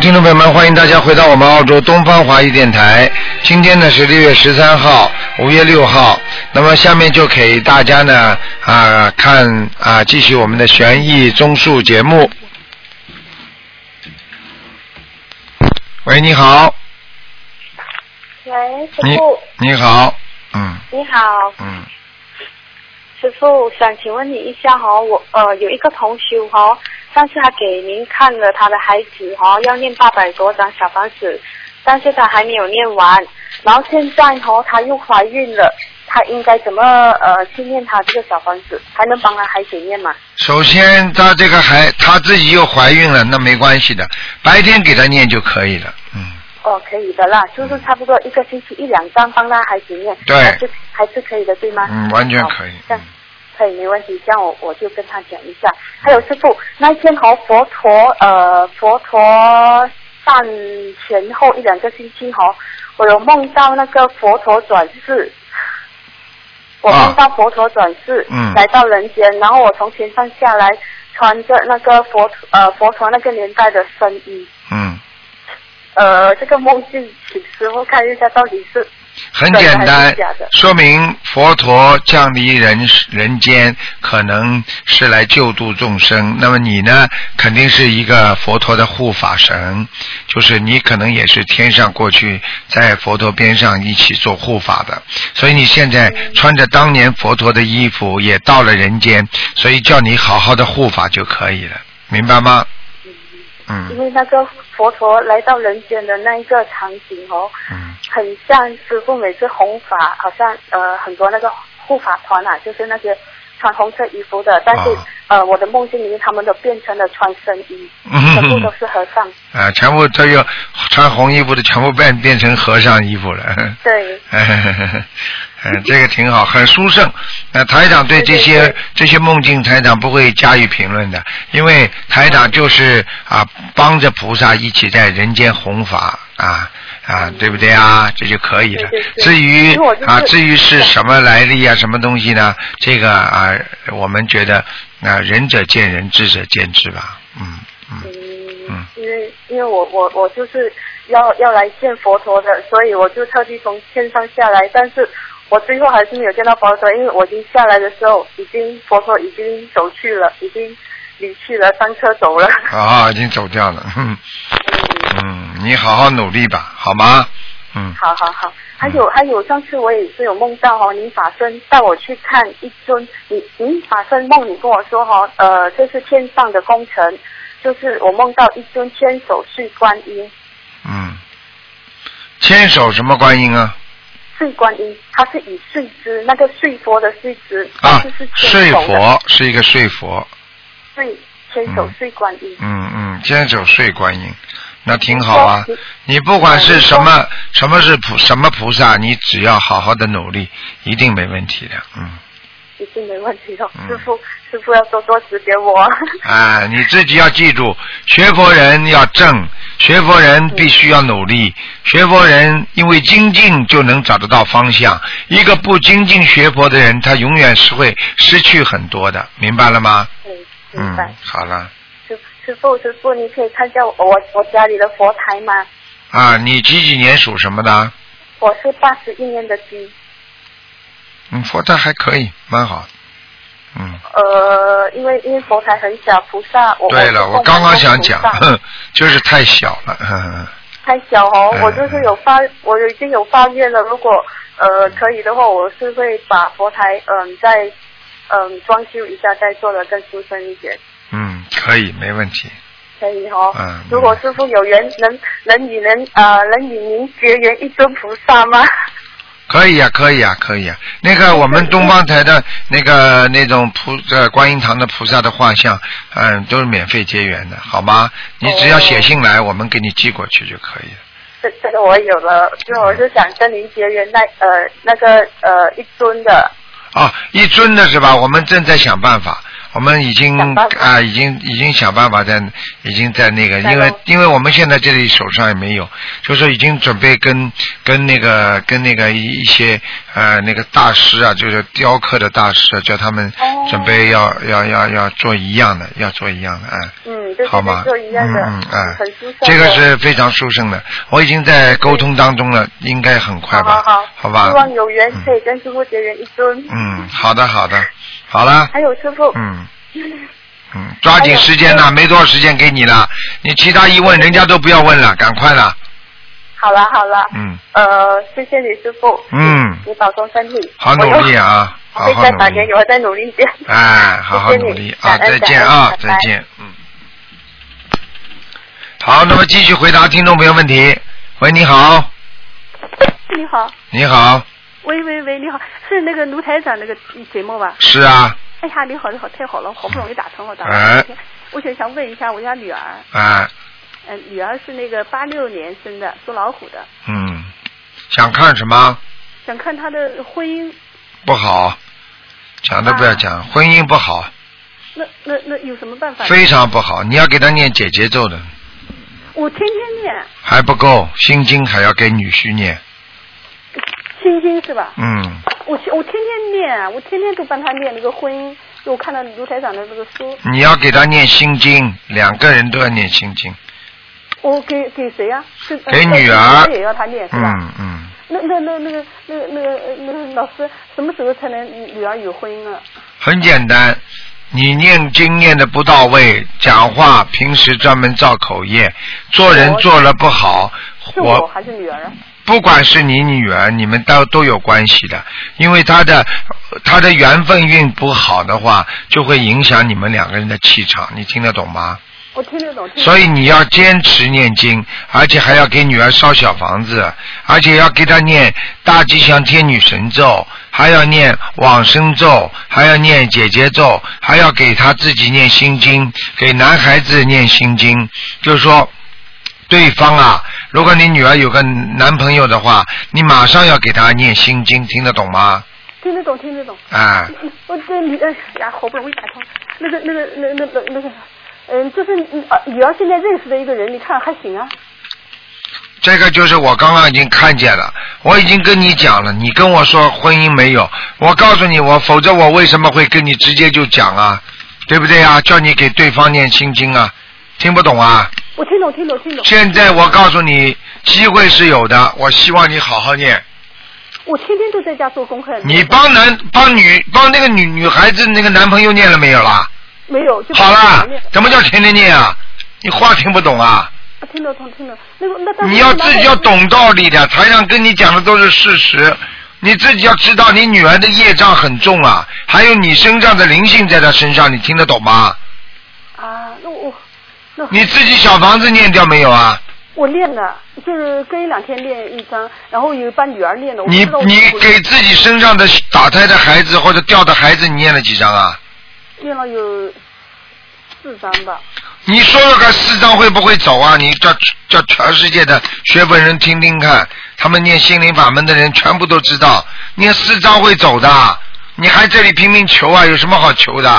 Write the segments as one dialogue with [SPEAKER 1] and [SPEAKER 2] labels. [SPEAKER 1] 听众朋友们，欢迎大家回到我们澳洲东方华语电台。今天呢是六月十三号，五月六号。那么下面就给大家呢啊、看啊继续我们的悬疑综述节目。喂，你好，
[SPEAKER 2] 喂，师
[SPEAKER 1] 你
[SPEAKER 2] 傅，
[SPEAKER 1] 你好，嗯
[SPEAKER 2] 你好，
[SPEAKER 1] 嗯，
[SPEAKER 2] 师傅，想请问你一下哈、我呃有一个同修哈、上次他给您看了他的孩子哈、要念八百多张小房子，但是他还没有念完，然后现在哈、她又怀孕了，她应该怎么呃去念她这个小房子，还能帮她孩子念吗？
[SPEAKER 1] 首先她这个孩她自己又怀孕了，那没关系的，白天给她念就可以了，嗯。
[SPEAKER 2] 哦，可以的啦，就是差不多一个星期一两张帮她孩子念，
[SPEAKER 1] 对
[SPEAKER 2] 还是还是可以的，对吗？
[SPEAKER 1] 嗯，完全可以
[SPEAKER 2] 好。这
[SPEAKER 1] 嗯
[SPEAKER 2] 样可以，没问题。这样我我就跟他讲一下。还有师傅，那一天和佛陀呃佛陀诞前后一两个星期哈、我有梦到那个佛陀转世。我
[SPEAKER 1] 啊
[SPEAKER 2] 梦到佛陀转世，
[SPEAKER 1] 嗯
[SPEAKER 2] 来到人间，然后我从天上下来，穿着那个佛呃佛陀那个年代的僧衣，
[SPEAKER 1] 嗯，
[SPEAKER 2] 呃，这个梦境，请师傅看一下到底是
[SPEAKER 1] 很简单
[SPEAKER 2] 真的还是假的，
[SPEAKER 1] 说明佛陀降临人人间，可能是来救度众生。那么你呢，肯定是一个佛陀的护法神，就是你可能也是天上过去在佛陀边上一起做护法的。所以你现在穿着当年佛陀的衣服，也到了人间，所以叫你好好的护法就可以了，明白吗？
[SPEAKER 2] 因
[SPEAKER 1] 嗯
[SPEAKER 2] 为那个佛陀来到人间的那一个场景哦，
[SPEAKER 1] 嗯
[SPEAKER 2] 很像师傅每次弘法，好像呃很多那个护法团啊，就是那些穿红色衣服的，但是、
[SPEAKER 1] 啊
[SPEAKER 2] 呃我的梦境里面他们都变成了穿僧衣，
[SPEAKER 1] 嗯哼
[SPEAKER 2] 全
[SPEAKER 1] 哼
[SPEAKER 2] 部都是和尚。
[SPEAKER 1] 啊，全部都有穿红衣服的，全部变变成和尚衣服了。
[SPEAKER 2] 对，
[SPEAKER 1] 嗯，这个挺好，很殊胜。那台长对这些
[SPEAKER 2] 对对对
[SPEAKER 1] 这些梦境，台长不会加以评论的，因为台长就是啊，帮着菩萨一起在人间弘法啊啊，对不对啊？这就可以了
[SPEAKER 2] 对对。对
[SPEAKER 1] 至于
[SPEAKER 2] 因为我就是
[SPEAKER 1] 啊，至于是什么来历啊，什么东西呢？这个啊，我们觉得啊，仁者见仁，智者见智吧。嗯嗯嗯
[SPEAKER 2] 嗯，因为因为我我我就是要要来见佛陀的，所以我就特地从天上下来，但是我最后还是没有见到佛陀，因为我已经下来的时候，已经佛陀已经走去了，已经离去了，上车走了。
[SPEAKER 1] 啊，已经走掉了。 哼
[SPEAKER 2] 嗯，
[SPEAKER 1] 嗯，你好好努力吧，好吗？嗯，
[SPEAKER 2] 好好好。还有还有，上次我也是有梦到哦，您法身带我去看一尊，你您法身梦，你跟我说哈、哦，呃，这是天上的工程，就是我梦到一尊千手是观音。
[SPEAKER 1] 嗯，牵手什么观音啊？
[SPEAKER 2] 碎观音，它是以碎枝，那个碎佛的碎枝，
[SPEAKER 1] 啊
[SPEAKER 2] 就是，
[SPEAKER 1] 睡
[SPEAKER 2] 千手的
[SPEAKER 1] 佛是一个睡佛，
[SPEAKER 2] 碎，千手碎观音。
[SPEAKER 1] 嗯嗯，牵手睡观音，那挺好啊
[SPEAKER 2] 你说。
[SPEAKER 1] 你不管是什
[SPEAKER 2] 嗯
[SPEAKER 1] 么什么是菩什么菩萨，你只要好好的努力，一定没问题的。嗯，
[SPEAKER 2] 一定没问题哦，
[SPEAKER 1] 嗯
[SPEAKER 2] 师傅，师傅要多多指点我。
[SPEAKER 1] 啊，你自己要记住，学佛人要正，学佛
[SPEAKER 2] 嗯
[SPEAKER 1] 人必须要努力，学佛人因为精进就能找得到方向。一个不精进学佛的人，他永远是会失去很多的，明白了吗？
[SPEAKER 2] 嗯，明
[SPEAKER 1] 嗯
[SPEAKER 2] 白。，
[SPEAKER 1] 好了，
[SPEAKER 2] 师师傅，师傅，你可以看一下我我我家里的佛台吗？
[SPEAKER 1] 啊，你几几年属什么的？
[SPEAKER 2] 我是八十一年的鸡，
[SPEAKER 1] 嗯，佛台还可以，蛮好。嗯，
[SPEAKER 2] 呃，因为因为佛台很小，菩萨哦我
[SPEAKER 1] 对了，
[SPEAKER 2] 是
[SPEAKER 1] 我
[SPEAKER 2] 供
[SPEAKER 1] 刚刚
[SPEAKER 2] 奉
[SPEAKER 1] 想
[SPEAKER 2] 菩
[SPEAKER 1] 讲
[SPEAKER 2] 萨，
[SPEAKER 1] 就是太小了。 嗯
[SPEAKER 2] 太小哦，
[SPEAKER 1] 嗯
[SPEAKER 2] 我就是有发，我已经有发愿了。如果呃可以的话，我是会把佛台嗯、再嗯、装修一下，再做的更舒生一点。
[SPEAKER 1] 嗯，可以，没问题。
[SPEAKER 2] 可以哦。
[SPEAKER 1] 嗯
[SPEAKER 2] 如果师傅有缘，能能与能呃能与您结缘一尊菩萨吗？
[SPEAKER 1] 可以啊，可以啊，可以啊。那个我们东方台的那个那种菩呃观音堂的菩萨的画像，嗯，都是免费结缘的，好吗？你只要写信来，我们给你寄过去就可以了。
[SPEAKER 2] 这这个我有了，就我是想跟您结缘那呃那个呃一尊的。
[SPEAKER 1] 哦，一尊的是吧？我们正在想办法，我们已经
[SPEAKER 2] 想
[SPEAKER 1] 啊
[SPEAKER 2] 办、法
[SPEAKER 1] 已经已经想办法在，已经在那个，
[SPEAKER 2] 在
[SPEAKER 1] 因为
[SPEAKER 2] 弄
[SPEAKER 1] 因为我们现在这里手上也没有，就是已经准备跟跟那个跟那个一一些呃那个大师啊，就是雕刻的大师啊，叫他们
[SPEAKER 2] 哦
[SPEAKER 1] 准备要、要要要做一样的，要做一样的，嗯。
[SPEAKER 2] 嗯，对
[SPEAKER 1] 好吗？
[SPEAKER 2] 对对对一样的
[SPEAKER 1] 嗯嗯哎
[SPEAKER 2] 很舒畅的
[SPEAKER 1] 这个是非常殊胜的，我已经在沟通当中了，应该很快吧？
[SPEAKER 2] 好好
[SPEAKER 1] 好
[SPEAKER 2] 希
[SPEAKER 1] 吧
[SPEAKER 2] 望？有缘可以跟师傅结缘一尊。
[SPEAKER 1] 嗯，好的好的，好了，
[SPEAKER 2] 还有师傅，
[SPEAKER 1] 嗯。嗯，抓紧时间
[SPEAKER 2] 哎
[SPEAKER 1] 了，没多少时间给你了。你其他疑问人家都不要问了，赶快了。
[SPEAKER 2] 好了好了，
[SPEAKER 1] 嗯
[SPEAKER 2] 呃，谢谢你师傅，
[SPEAKER 1] 嗯，
[SPEAKER 2] 你保重身体。
[SPEAKER 1] 好努力啊，
[SPEAKER 2] 我
[SPEAKER 1] 好
[SPEAKER 2] 又！我
[SPEAKER 1] 好
[SPEAKER 2] 会再
[SPEAKER 1] 努
[SPEAKER 2] 打
[SPEAKER 1] 力
[SPEAKER 2] 给。你，我再努力一点。
[SPEAKER 1] 哎，好好
[SPEAKER 2] 谢谢
[SPEAKER 1] 努
[SPEAKER 2] 你
[SPEAKER 1] 力
[SPEAKER 2] 感
[SPEAKER 1] 啊！
[SPEAKER 2] 恩
[SPEAKER 1] 再
[SPEAKER 2] 感
[SPEAKER 1] 见
[SPEAKER 2] 恩
[SPEAKER 1] 啊
[SPEAKER 2] 拜，
[SPEAKER 1] 再
[SPEAKER 2] 拜
[SPEAKER 1] 见。嗯。好，那么继续回答听众朋友问题。喂，你好，
[SPEAKER 3] 你好，
[SPEAKER 1] 你好，
[SPEAKER 3] 喂喂喂，你好，是那个卢台长那个节目吧？
[SPEAKER 1] 是啊，
[SPEAKER 3] 哎呀，你好，你好，太好了，好不容易打通了，打
[SPEAKER 1] 哎
[SPEAKER 3] 了半天。我想想问一下我家女儿，
[SPEAKER 1] 哎，
[SPEAKER 3] 嗯、女儿是那个八六年生的，属老虎的，
[SPEAKER 1] 嗯，想看什么？
[SPEAKER 3] 想看她的婚姻，
[SPEAKER 1] 不好，讲都不要
[SPEAKER 2] 啊
[SPEAKER 1] 讲，婚姻不好，
[SPEAKER 3] 那那那有什么办法？
[SPEAKER 1] 非常不好。你要给他念解结咒的，
[SPEAKER 3] 我天天念
[SPEAKER 1] 还不够，心经还要给女婿念。
[SPEAKER 3] 心经是吧？
[SPEAKER 1] 嗯，
[SPEAKER 3] 我去我天天念，啊我天天都帮她念那个婚姻，我看到卢台长的那个书，
[SPEAKER 1] 你要给他念心经，两个人都要念心经。
[SPEAKER 3] 我给给谁呀、是呃
[SPEAKER 1] 给女
[SPEAKER 3] 呃
[SPEAKER 1] 儿
[SPEAKER 3] 我也要她念是吧？
[SPEAKER 1] 嗯嗯，
[SPEAKER 3] 那那那那个那个那个那个老师，什么时候才能女儿有婚姻啊？
[SPEAKER 1] 很简单，你念经念的不到位，讲话平时专门造口业，做人
[SPEAKER 3] 我
[SPEAKER 1] 做了不好，
[SPEAKER 3] 是我还是女儿啊？
[SPEAKER 1] 不管是你女儿，你们都都有关系的，因为她的她的缘分运不好的话，就会影响你们两个人的气场，你听得懂吗？
[SPEAKER 3] 我听得懂，听得
[SPEAKER 1] 所以你要坚持念经，而且还要给女儿烧小房子，而且要给她念大吉祥天女神咒，还要念往生咒，还要念姐姐咒，还要给她自己念心经，给男孩子念心经，就是说。对方啊，如果你女儿有个男朋友的话，你马上要给她念心经，听得懂吗？
[SPEAKER 3] 听得懂，听得懂。
[SPEAKER 1] 啊、
[SPEAKER 3] 我这女哎呀，好不容易打通，那个那个那那那那个，嗯，就是嗯啊女儿现在认识的一个人，你看还行啊？
[SPEAKER 1] 这个就是我刚刚已经看见了，我已经跟你讲了，你跟我说婚姻没有，我告诉你，我否则我为什么会跟你直接就讲啊，对不对啊？叫你给对方念心经啊，听不懂啊？
[SPEAKER 3] 我听懂，听懂，听懂。
[SPEAKER 1] 现在我告诉你，机会是有的，我希望你好好念。
[SPEAKER 3] 我天天都在家做功课。
[SPEAKER 1] 你帮男帮女帮那个女女孩子那个男朋友念了没有啦？
[SPEAKER 3] 没有？就
[SPEAKER 1] 好啦
[SPEAKER 3] 了。，
[SPEAKER 1] 怎么叫天天念啊？你话听不懂啊？
[SPEAKER 3] 啊听得懂，听得懂。那个那但是
[SPEAKER 1] 你要自己要。懂道理的，台上跟你讲的都是事实，你自己要知道你女儿的业障很重啊，还有你身上的灵性在她身上，你听得懂吗？
[SPEAKER 3] 啊，那我那
[SPEAKER 1] 你自己小房子念掉没有啊？
[SPEAKER 3] 我练了，就是跟一两天练一张，然后有帮女儿练的。我不
[SPEAKER 1] 你
[SPEAKER 3] 知道我
[SPEAKER 1] 你
[SPEAKER 3] 我
[SPEAKER 1] 给自己身上的打胎的孩子或者掉的孩子，你念了几张啊？
[SPEAKER 3] 练了有四张吧。
[SPEAKER 1] 你说说看，四张会不会走啊？你叫叫全世界的学本人听听看，他们念心灵法门的人全部都知道，念四张会走的，啊你还这里拼命求啊？有什么好求的？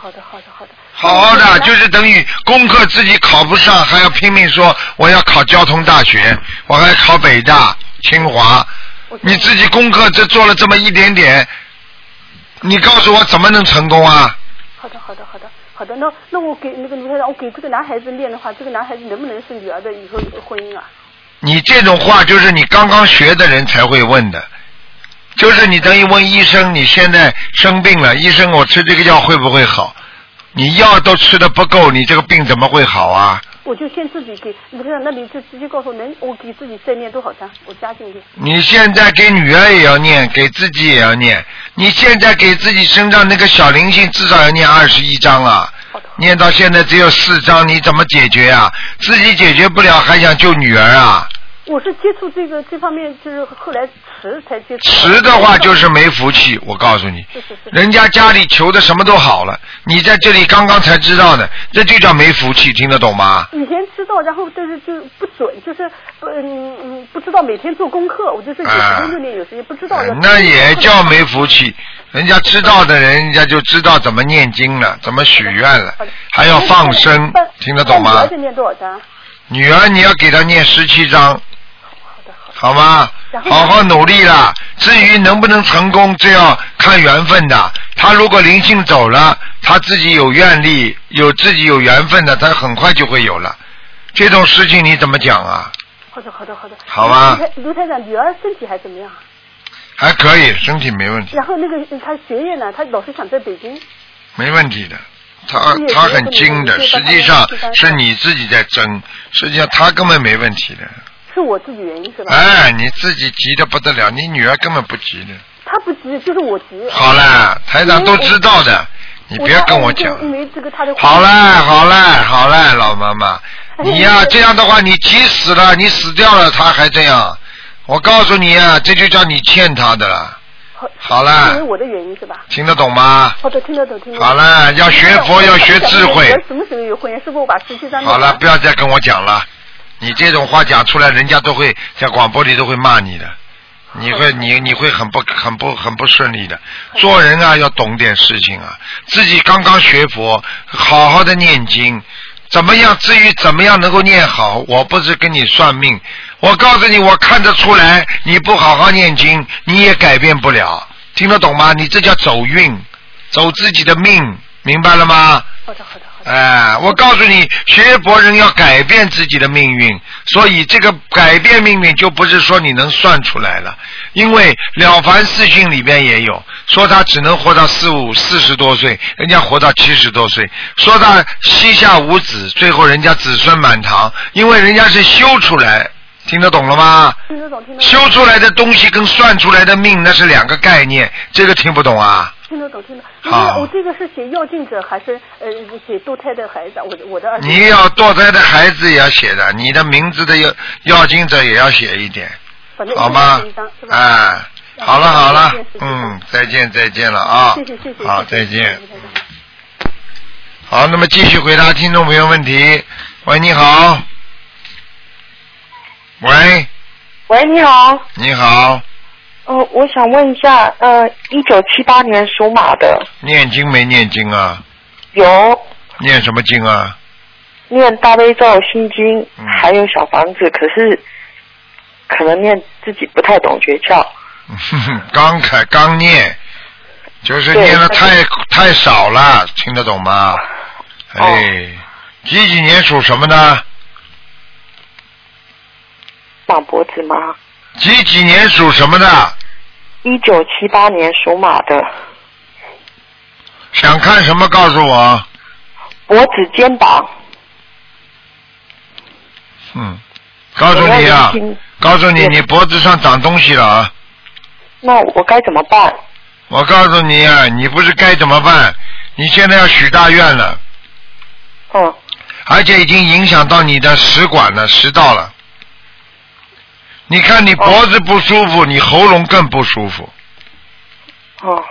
[SPEAKER 3] 好的，好的，好的。
[SPEAKER 1] 好好的，就是是等于功课自己考不上，还要拼命说我要考交通大学，我还考北大、清华。你自己功课只做了这么一点点，你告诉我怎么能成功啊？
[SPEAKER 3] 好的，好的，好的，好的。那那我给那个卢台长，我给这个男孩子练的话，这个男孩子能不能是女儿的以后婚姻啊？
[SPEAKER 1] 你这种话就是你刚刚学的人才会问的，就是你等于问医生，你现在生病了，医生我吃这个药会不会好？你药都吃的不够，你这个病怎么会好啊？
[SPEAKER 3] 我就先自己给卢台长，那你就直接告诉我能，我给自己再练多少张，我加进去。
[SPEAKER 1] 你现在给女儿也要念，给自己也要念。你现在给自己身上那个小灵性至少要念二十一章啊，
[SPEAKER 3] 好的，好的
[SPEAKER 1] 念到现在只有四章，你怎么解决啊？自己解决不了，还想救女儿啊？
[SPEAKER 3] 我是接触这个这方面，就是后来迟才接触。
[SPEAKER 1] 迟的话就是没福气，我告诉你，
[SPEAKER 3] 是是是。
[SPEAKER 1] 人家家里求的什么都好了，你在这里刚刚才知道的，这就叫没福气，听得懂吗？
[SPEAKER 3] 以前知道，然后但是就不准，就是不嗯嗯不知道每天做功课，我就是有时间就练，有时间不知道要做功课。
[SPEAKER 1] 哎那也叫没福气。人家知道的人，人家就知道怎么念经了，怎么许愿了
[SPEAKER 3] 好的，
[SPEAKER 1] 还要放生
[SPEAKER 3] 那，
[SPEAKER 1] 听得懂
[SPEAKER 3] 那
[SPEAKER 1] 吗
[SPEAKER 3] 女儿？得念多少张？
[SPEAKER 1] 女儿，你要给她念十七章，好吗？
[SPEAKER 3] 然后
[SPEAKER 1] 好好努力啦。至于能不能成功，这要看缘分的。他如果灵性走了，他自己有愿力，有自己有缘分的，他很快就会有了。这种事情你怎么讲啊？
[SPEAKER 3] 好的，好的，好的。
[SPEAKER 1] 好吧
[SPEAKER 3] 卢台卢台长，女儿身体还怎么样？
[SPEAKER 1] 还可以，身体没问题，
[SPEAKER 3] 然后那个她学业呢？她老是想在北京。
[SPEAKER 1] 没问题的。他
[SPEAKER 3] 是
[SPEAKER 1] 他很精的，
[SPEAKER 3] 是
[SPEAKER 1] 实
[SPEAKER 3] 是
[SPEAKER 1] 际上
[SPEAKER 3] 是是
[SPEAKER 1] 是你自己在争，实际上他根本没问题的。
[SPEAKER 3] 是我自己原因是吧？
[SPEAKER 1] 哎，你自己急的不得了，你女儿根本不急的。
[SPEAKER 3] 他不急，就是我急。
[SPEAKER 1] 好啦，台长都知道的，你不要跟我讲
[SPEAKER 3] 嗯我。哎因为这个他的。
[SPEAKER 1] 好啦，好啦，好啦，老妈妈，
[SPEAKER 3] 哎
[SPEAKER 1] 你呀、
[SPEAKER 3] 我
[SPEAKER 1] 这样的话，你急死了，你死掉了，他还这样，我告诉你呀、这就叫你欠他的了，
[SPEAKER 3] 好。
[SPEAKER 1] 好啦
[SPEAKER 3] 因为我的原因是吧？
[SPEAKER 1] 听得懂吗？
[SPEAKER 3] 好的，听得懂，听得懂。
[SPEAKER 1] 好啦，要学佛，要学智慧。
[SPEAKER 3] 什么时候有婚姻？是不是我把十七张？
[SPEAKER 1] 好了，不要再跟我讲了，你这种话讲出来，人家都会在广播里都会骂你的，你会你你会很不很不很不顺利的。做人啊，要懂点事情啊，自己刚刚学佛，好好的念经。怎么样？至于怎么样能够念好，我不是跟你算命，我告诉你，我看得出来，你不好好念经，你也改变不了，听得懂吗？你这叫走运，走自己的命，明白了吗？
[SPEAKER 3] 好的，好的，好的。
[SPEAKER 1] 哎，我告诉你，学佛人要改变自己的命运，所以这个改变命运就不是说你能算出来了，因为《了凡四训》里边也有说他只能活到四五四十多岁，人家活到七十多岁，说他膝下无子，最后人家子孙满堂，因为人家是修出来，听得懂了吗？
[SPEAKER 3] 听得懂，听得懂，
[SPEAKER 1] 修出来的东西跟算出来的命那是两个概念，这个听不懂啊？
[SPEAKER 3] 听得懂，听得懂。
[SPEAKER 1] 好
[SPEAKER 3] 那个我这个是写要进者还是呃写堕胎的孩子？我的我的儿 子。
[SPEAKER 1] 你要堕胎的孩子也要写的，你的名字的要要经者也要写一点，
[SPEAKER 3] 反正一
[SPEAKER 1] 好
[SPEAKER 3] 人
[SPEAKER 1] 吗
[SPEAKER 3] 写一张是？吧？
[SPEAKER 1] 哎，好了好了
[SPEAKER 3] 谢谢，
[SPEAKER 1] 嗯，再见再见了啊，
[SPEAKER 3] 谢谢谢谢。
[SPEAKER 1] 好
[SPEAKER 3] 谢
[SPEAKER 1] 再
[SPEAKER 3] 谢
[SPEAKER 1] 见。。
[SPEAKER 3] 谢谢
[SPEAKER 1] 好，那么继续回答听众朋友问题。喂，你好。喂，
[SPEAKER 4] 喂，你好，
[SPEAKER 1] 你好，
[SPEAKER 4] 呃，我想问一下，呃，一九七八年属马的
[SPEAKER 1] 念经没念经啊？
[SPEAKER 4] 有
[SPEAKER 1] 念什么经啊？
[SPEAKER 4] 念大悲咒、心经
[SPEAKER 1] 嗯，
[SPEAKER 4] 还有小房子，可是可能念自己不太懂诀窍。
[SPEAKER 1] 哼哼 刚开刚念，就是
[SPEAKER 4] 对
[SPEAKER 1] 念的
[SPEAKER 4] 但
[SPEAKER 1] 太太少了，听得懂吗？
[SPEAKER 4] 哦
[SPEAKER 1] 哎，几几年属什么呢？
[SPEAKER 4] 马脖子吗？
[SPEAKER 1] 几几年属什么的？
[SPEAKER 4] 一九七八年属马的，
[SPEAKER 1] 想看什么告诉我。
[SPEAKER 4] 脖子、肩膀。
[SPEAKER 1] 嗯，告诉你啊
[SPEAKER 4] 我要念经，
[SPEAKER 1] 告诉你，
[SPEAKER 4] 对
[SPEAKER 1] 你脖子上长东西了啊！
[SPEAKER 4] 那我该怎么办？
[SPEAKER 1] 我告诉你啊，你不是该怎么办？你现在要许大愿了，
[SPEAKER 4] 嗯，
[SPEAKER 1] 而且已经影响到你的食管了、食道了。你看你脖子不舒服，你喉咙更不舒服，
[SPEAKER 4] 哦、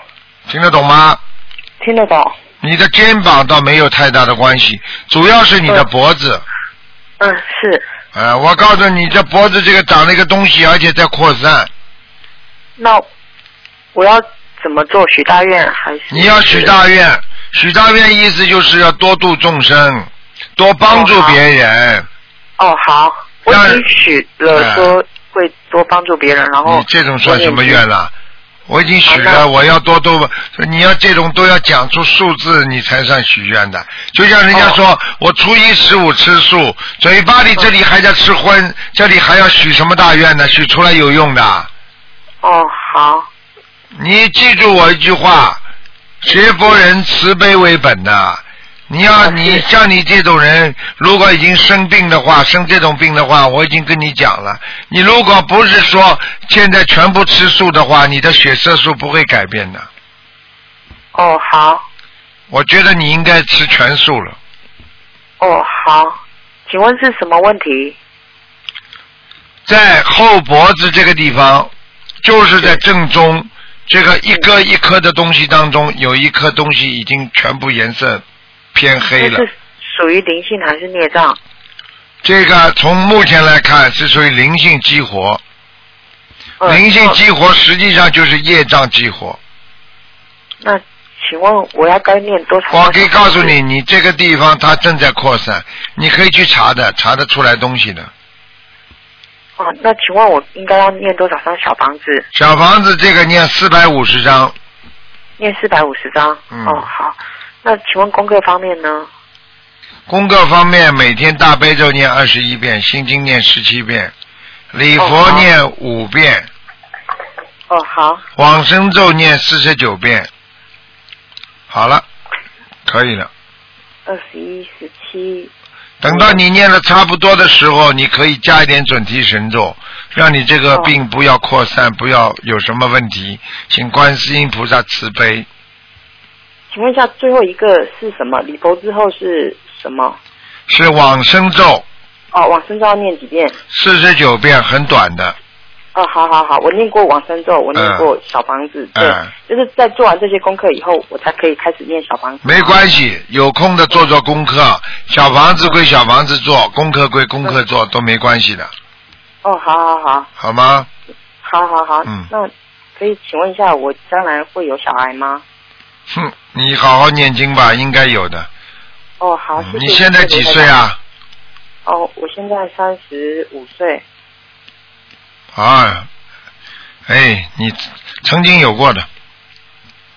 [SPEAKER 1] 听得懂吗？
[SPEAKER 4] 听得懂。
[SPEAKER 1] 你的肩膀倒没有太大的关系，主要是你的
[SPEAKER 4] 嗯
[SPEAKER 1] 脖子。
[SPEAKER 4] 嗯，是。
[SPEAKER 1] 呃，我告诉你，这脖子这个长了一个东西，而且在扩散。
[SPEAKER 4] 那我要怎么做？许大愿还是？
[SPEAKER 1] 你要许大愿，许大愿意思就是要多度众生，多帮助别人。
[SPEAKER 4] 哦，好，我已经许
[SPEAKER 1] 嗯
[SPEAKER 4] 了说会多帮助别人，然后
[SPEAKER 1] 你这种算什么愿了？我已经许
[SPEAKER 4] 好
[SPEAKER 1] 了，
[SPEAKER 4] 的
[SPEAKER 1] 我要多度。你要这种都要讲出数字，你才算许愿的。就像人
[SPEAKER 4] 哦
[SPEAKER 1] 家说，我初一十五吃素，嘴巴里这里还在吃荤，这里还要许什么大愿呢？许出来有用的。
[SPEAKER 4] 哦，好，
[SPEAKER 1] 你记住我一句话：学佛人慈悲为本呐、你要
[SPEAKER 4] 啊
[SPEAKER 1] 你
[SPEAKER 4] 是
[SPEAKER 1] 像你这种人，如果已经生病的话，生这种病的话，我已经跟你讲了。你如果不是说现在全部吃素的话，你的血色素不会改变的。
[SPEAKER 4] 哦，好，
[SPEAKER 1] 我觉得你应该吃全素了。
[SPEAKER 4] 哦，好，请问是什么问题？
[SPEAKER 1] 在后脖子这个地方，就是在正中这个一颗一颗的东西当中，有一颗东西已经全部颜色偏黑
[SPEAKER 4] 这
[SPEAKER 1] 了。
[SPEAKER 4] 是属于灵性还是孽障？
[SPEAKER 1] 这个从目前来看是属于灵性激活，
[SPEAKER 4] 嗯
[SPEAKER 1] 灵性激活实际上就是业障激活。
[SPEAKER 4] 那那请问我要该念多少？
[SPEAKER 1] 我可以告诉你，。你这个地方它正在扩散，你可以去查的，查得出来东西的。
[SPEAKER 4] 哦，那请问我应该要念多少张小房子？
[SPEAKER 1] 小房子这个念四百五十章，
[SPEAKER 4] 念四百五十张。
[SPEAKER 1] 嗯
[SPEAKER 4] 哦，好。那请问功课方面呢？
[SPEAKER 1] 功课方面，每天大悲咒念二十一遍，心经念十七遍，礼佛念五遍，
[SPEAKER 4] 哦，好。
[SPEAKER 1] 往生咒念四十九遍。好了，可以了。
[SPEAKER 4] 二十一、十七。
[SPEAKER 1] 等到你念的差不多的时候，你可以加一点准提神咒，让你这
[SPEAKER 4] 哦
[SPEAKER 1] 个病不要扩散，不要有什么问题。请观世音菩萨慈悲。
[SPEAKER 4] 请问一下，最后一个是什么？礼佛之后是什么？
[SPEAKER 1] 是往生咒
[SPEAKER 4] 哦，往生咒要念几遍？
[SPEAKER 1] 四十九遍，很短的。
[SPEAKER 4] 哦，好好好，我念过往生咒，我念过小房子，
[SPEAKER 1] 嗯
[SPEAKER 4] 对，就是在做完这些功课以后，我才可以开始念小房子。
[SPEAKER 1] 没关系，有空的做做功课，小房子归小房子做，功课归功课做，都没关系的，
[SPEAKER 4] 哦，好好好，
[SPEAKER 1] 好吗？
[SPEAKER 4] 好好好，
[SPEAKER 1] 嗯
[SPEAKER 4] 那可以请问一下，我将来会有小孩吗？
[SPEAKER 1] 哼，你好好念经吧，应该有的。
[SPEAKER 4] 哦，好，
[SPEAKER 1] 嗯
[SPEAKER 4] 谢谢。
[SPEAKER 1] 你现在几岁？啊？
[SPEAKER 4] 哦，我现在三十五岁。
[SPEAKER 1] 啊，哎，你曾经有过的，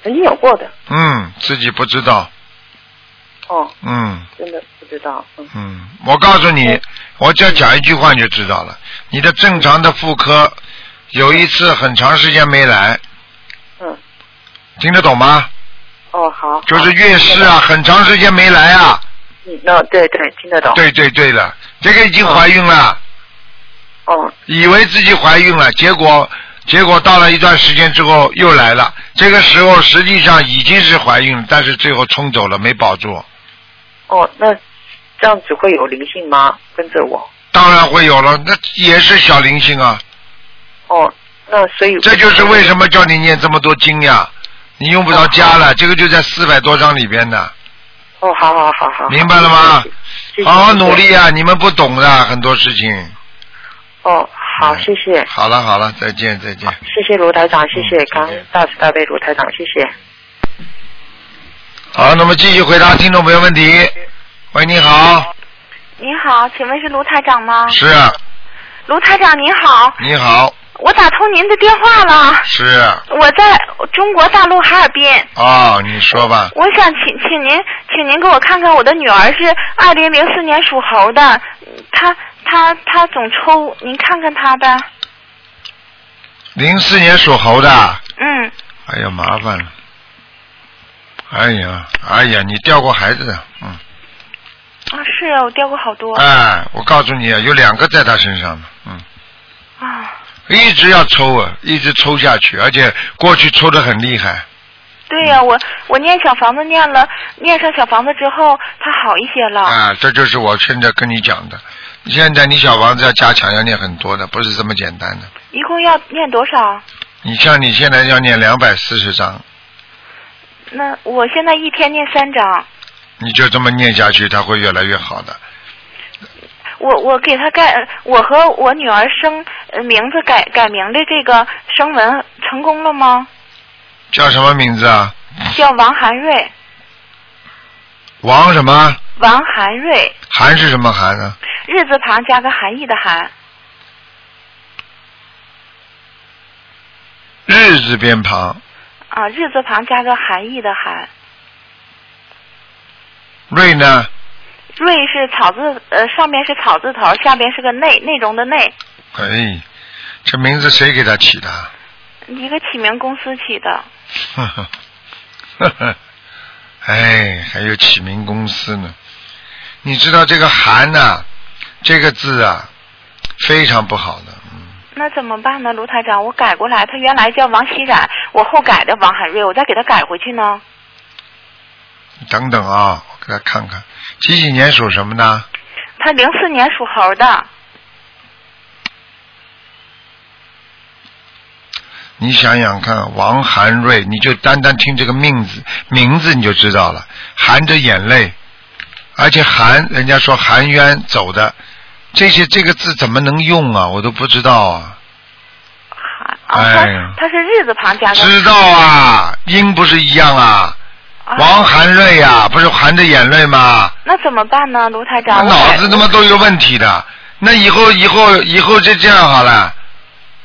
[SPEAKER 4] 曾经有过的，
[SPEAKER 1] 嗯，自己不知道，
[SPEAKER 4] 哦，
[SPEAKER 1] 嗯
[SPEAKER 4] 真的不知道，嗯，
[SPEAKER 1] 嗯，我告诉你，我只要讲一句话你就知道了。你的正常的妇科有一次很长时间没来，
[SPEAKER 4] 嗯，
[SPEAKER 1] 听得懂吗？
[SPEAKER 4] 哦，好，
[SPEAKER 1] 就是月事啊，很长时间没来啊。
[SPEAKER 4] 嗯，那对对，听得懂，，
[SPEAKER 1] 对对对了，这个已经怀孕了，
[SPEAKER 4] 哦，
[SPEAKER 1] 以为自己怀孕了，结果结果到了一段时间之后又来了，这个时候实际上已经是怀孕了，但是最后冲走了没保住，
[SPEAKER 4] 哦，那这样子会有灵性吗？跟着我，
[SPEAKER 1] 当然会有了，那也是小灵性啊，
[SPEAKER 4] 哦，那所以
[SPEAKER 1] 这就是为什么叫你念这么多经呀，你用不着加了，这个就在四百多章里边呢，
[SPEAKER 4] 哦，好好好好，
[SPEAKER 1] 明白了吗
[SPEAKER 4] 谢谢？
[SPEAKER 1] 好好努力啊，你们不懂的很多事情。
[SPEAKER 4] 哦，好，谢谢，
[SPEAKER 1] 好了好了，再见再见。
[SPEAKER 4] 谢谢卢台长，谢谢
[SPEAKER 1] 嗯
[SPEAKER 4] 刚
[SPEAKER 1] 再见
[SPEAKER 4] 大慈大悲卢台长，谢谢。
[SPEAKER 1] 好，那么继续回答听众朋友问题。喂，你好，
[SPEAKER 5] 您好，请问是卢台长吗？
[SPEAKER 1] 是啊
[SPEAKER 5] 卢台长您好，
[SPEAKER 1] 你好。
[SPEAKER 5] 我打通您的电话了，
[SPEAKER 1] 是啊
[SPEAKER 5] 我在中国大陆哈尔滨，
[SPEAKER 1] 哦，你说吧，
[SPEAKER 5] 我想请请您，请您给我看看我的女儿是二零零四年属猴的，嗯她她她总抽，您看看她呗。
[SPEAKER 1] 零四年属猴的，
[SPEAKER 5] 嗯，
[SPEAKER 1] 哎呀，麻烦了，哎呀，哎呀，你掉过孩子的，嗯，
[SPEAKER 5] 啊是啊，我掉过好多
[SPEAKER 1] 哎，我告诉你啊，有两个在他身上的，嗯，
[SPEAKER 5] 啊，
[SPEAKER 1] 一直要抽啊，一直抽下去，而且过去抽的很厉害，
[SPEAKER 5] 对呀、我我念小房子念了，念上小房子之后，她好一些了。
[SPEAKER 1] 啊，这就是我现在跟你讲的，现在你小房子要加强，要念很多的，不是这么简单的。
[SPEAKER 5] 一共要念多少？
[SPEAKER 1] 你像你现在要念两百四十章，
[SPEAKER 5] 那我现在一天念三章。
[SPEAKER 1] 你就这么念下去，它会越来越好的。
[SPEAKER 5] 我我给他改，呃我和我女儿生呃名字改改名的这个声纹成功了吗？
[SPEAKER 1] 叫什么名字啊？
[SPEAKER 5] 叫王涵瑞，
[SPEAKER 1] 王什么？
[SPEAKER 5] 王涵瑞，
[SPEAKER 1] 韩是什么啊韩呢？
[SPEAKER 5] 日字旁加个含义的含，
[SPEAKER 1] 日字边旁，
[SPEAKER 5] 啊，日字旁加个含义的含。
[SPEAKER 1] 瑞呢？
[SPEAKER 5] 瑞是草字，呃，上面是草字头，下边是个内，内容的内，
[SPEAKER 1] 哎，这名字谁给他起的啊？
[SPEAKER 5] 一个起名公司起的。
[SPEAKER 1] 呵呵，呵呵， 哎，还有起名公司呢。你知道这个“韩”呐，这个字啊，非常不好的。嗯，
[SPEAKER 5] 那怎么办呢，卢台长？我改过来，他原来叫王熙冉，我后改的王涵瑞，我再给他改回去呢。
[SPEAKER 1] 等等啊，我给他看看，几几年属什么呢？
[SPEAKER 5] 他零四年属猴的，
[SPEAKER 1] 你想想看，王涵瑞，你就单单听这个名字，名字你就知道了，含着眼泪，而且含，人家说含冤走的，这些这个字怎么能用啊？我都不知道啊，
[SPEAKER 5] 涵啊，
[SPEAKER 1] 哎呀
[SPEAKER 5] 他他是日字旁加个
[SPEAKER 1] 知道啊，音不是一样啊？
[SPEAKER 5] 啊
[SPEAKER 1] 王涵瑞呀、不是含着眼泪吗？
[SPEAKER 5] 那怎么办呢，卢台
[SPEAKER 1] 那
[SPEAKER 5] 长？我
[SPEAKER 1] 脑
[SPEAKER 5] 改
[SPEAKER 1] 子他妈都有问题的。那以后以后以后就这样好了，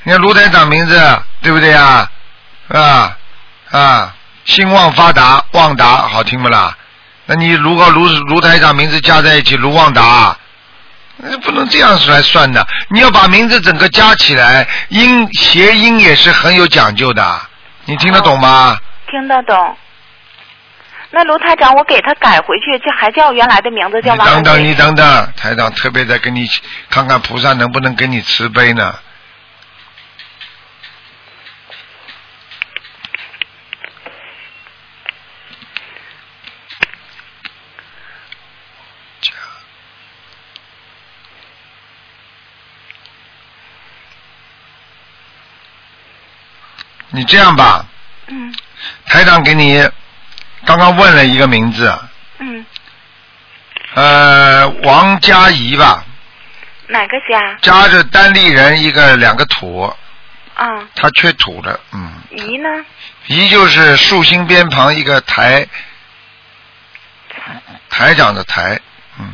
[SPEAKER 1] 你看卢台长名字对不对啊？啊啊，兴旺发达，旺达好听不啦？那你如果卢卢台长名字加在一起，卢旺达，啊那不能这样来算的。你要把名字整个加起来，音谐音也是很有讲究的。啊你听得懂吗？
[SPEAKER 5] 听得懂。那卢台长，我给他改回去，就还叫原来的名字，叫
[SPEAKER 1] 你
[SPEAKER 5] 王
[SPEAKER 1] 等等，
[SPEAKER 5] 文
[SPEAKER 1] 你
[SPEAKER 5] 丽
[SPEAKER 1] 等等，台长特别在跟你看看菩萨能不能给你慈悲呢？你这样吧，
[SPEAKER 5] 嗯
[SPEAKER 1] 台长给你刚刚问了一个名字，
[SPEAKER 5] 嗯，
[SPEAKER 1] 呃，王佳怡吧，
[SPEAKER 5] 哪个家？
[SPEAKER 1] 加着单立人一个两个土，
[SPEAKER 5] 啊，
[SPEAKER 1] 他缺土的，嗯，
[SPEAKER 5] 姨呢？
[SPEAKER 1] 怡就是竖心边旁一个台，台长的台，嗯，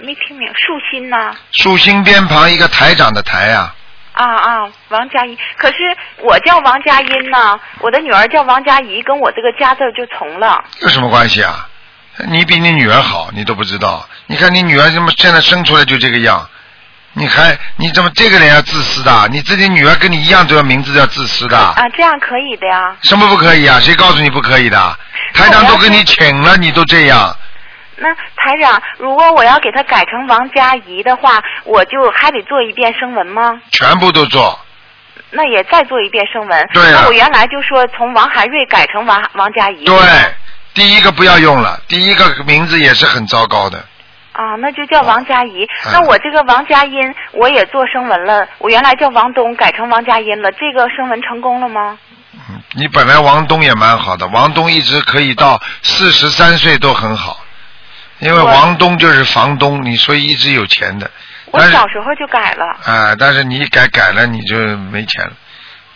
[SPEAKER 5] 没听明，树心呢？
[SPEAKER 1] 竖心边旁一个台长的台啊，
[SPEAKER 5] 啊啊，王佳怡。可是我叫王佳音呢，我的女儿叫王佳怡，跟我这个家字儿就重了。
[SPEAKER 1] 有什么关系啊？你比你女儿好，你都不知道。你看你女儿怎么现在生出来就这个样，你还你怎么这个人要自私的？你自己女儿跟你一样都要名字都要自私的。
[SPEAKER 5] 啊，这样可以的呀。
[SPEAKER 1] 什么不可以啊？谁告诉你不可以的？台长都跟你请了，你都这样，
[SPEAKER 5] 那台长，如果我要给他改成王佳怡的话，我就还得做一遍声纹吗？
[SPEAKER 1] 全部都做，
[SPEAKER 5] 那也再做一遍声纹。
[SPEAKER 1] 对呀
[SPEAKER 5] 那我原来就说从王涵瑞改成王王佳怡。
[SPEAKER 1] 对。第一个不要用了，第一个名字也是很糟糕的，
[SPEAKER 5] 啊，那就叫王佳怡。
[SPEAKER 1] 啊
[SPEAKER 5] 那我这个王佳音，我也做声纹了。我原来叫王东，改成王佳音了。这个声纹成功了吗？
[SPEAKER 1] 嗯你本来王东也蛮好的，王东一直可以到四十三岁都很好，因为
[SPEAKER 5] 我
[SPEAKER 1] 王东就是房东，你所以一直有钱的。
[SPEAKER 5] 我
[SPEAKER 1] 但是
[SPEAKER 5] 小
[SPEAKER 1] 啊、
[SPEAKER 5] 时候就改了。
[SPEAKER 1] 但是你一改改了你就没钱了。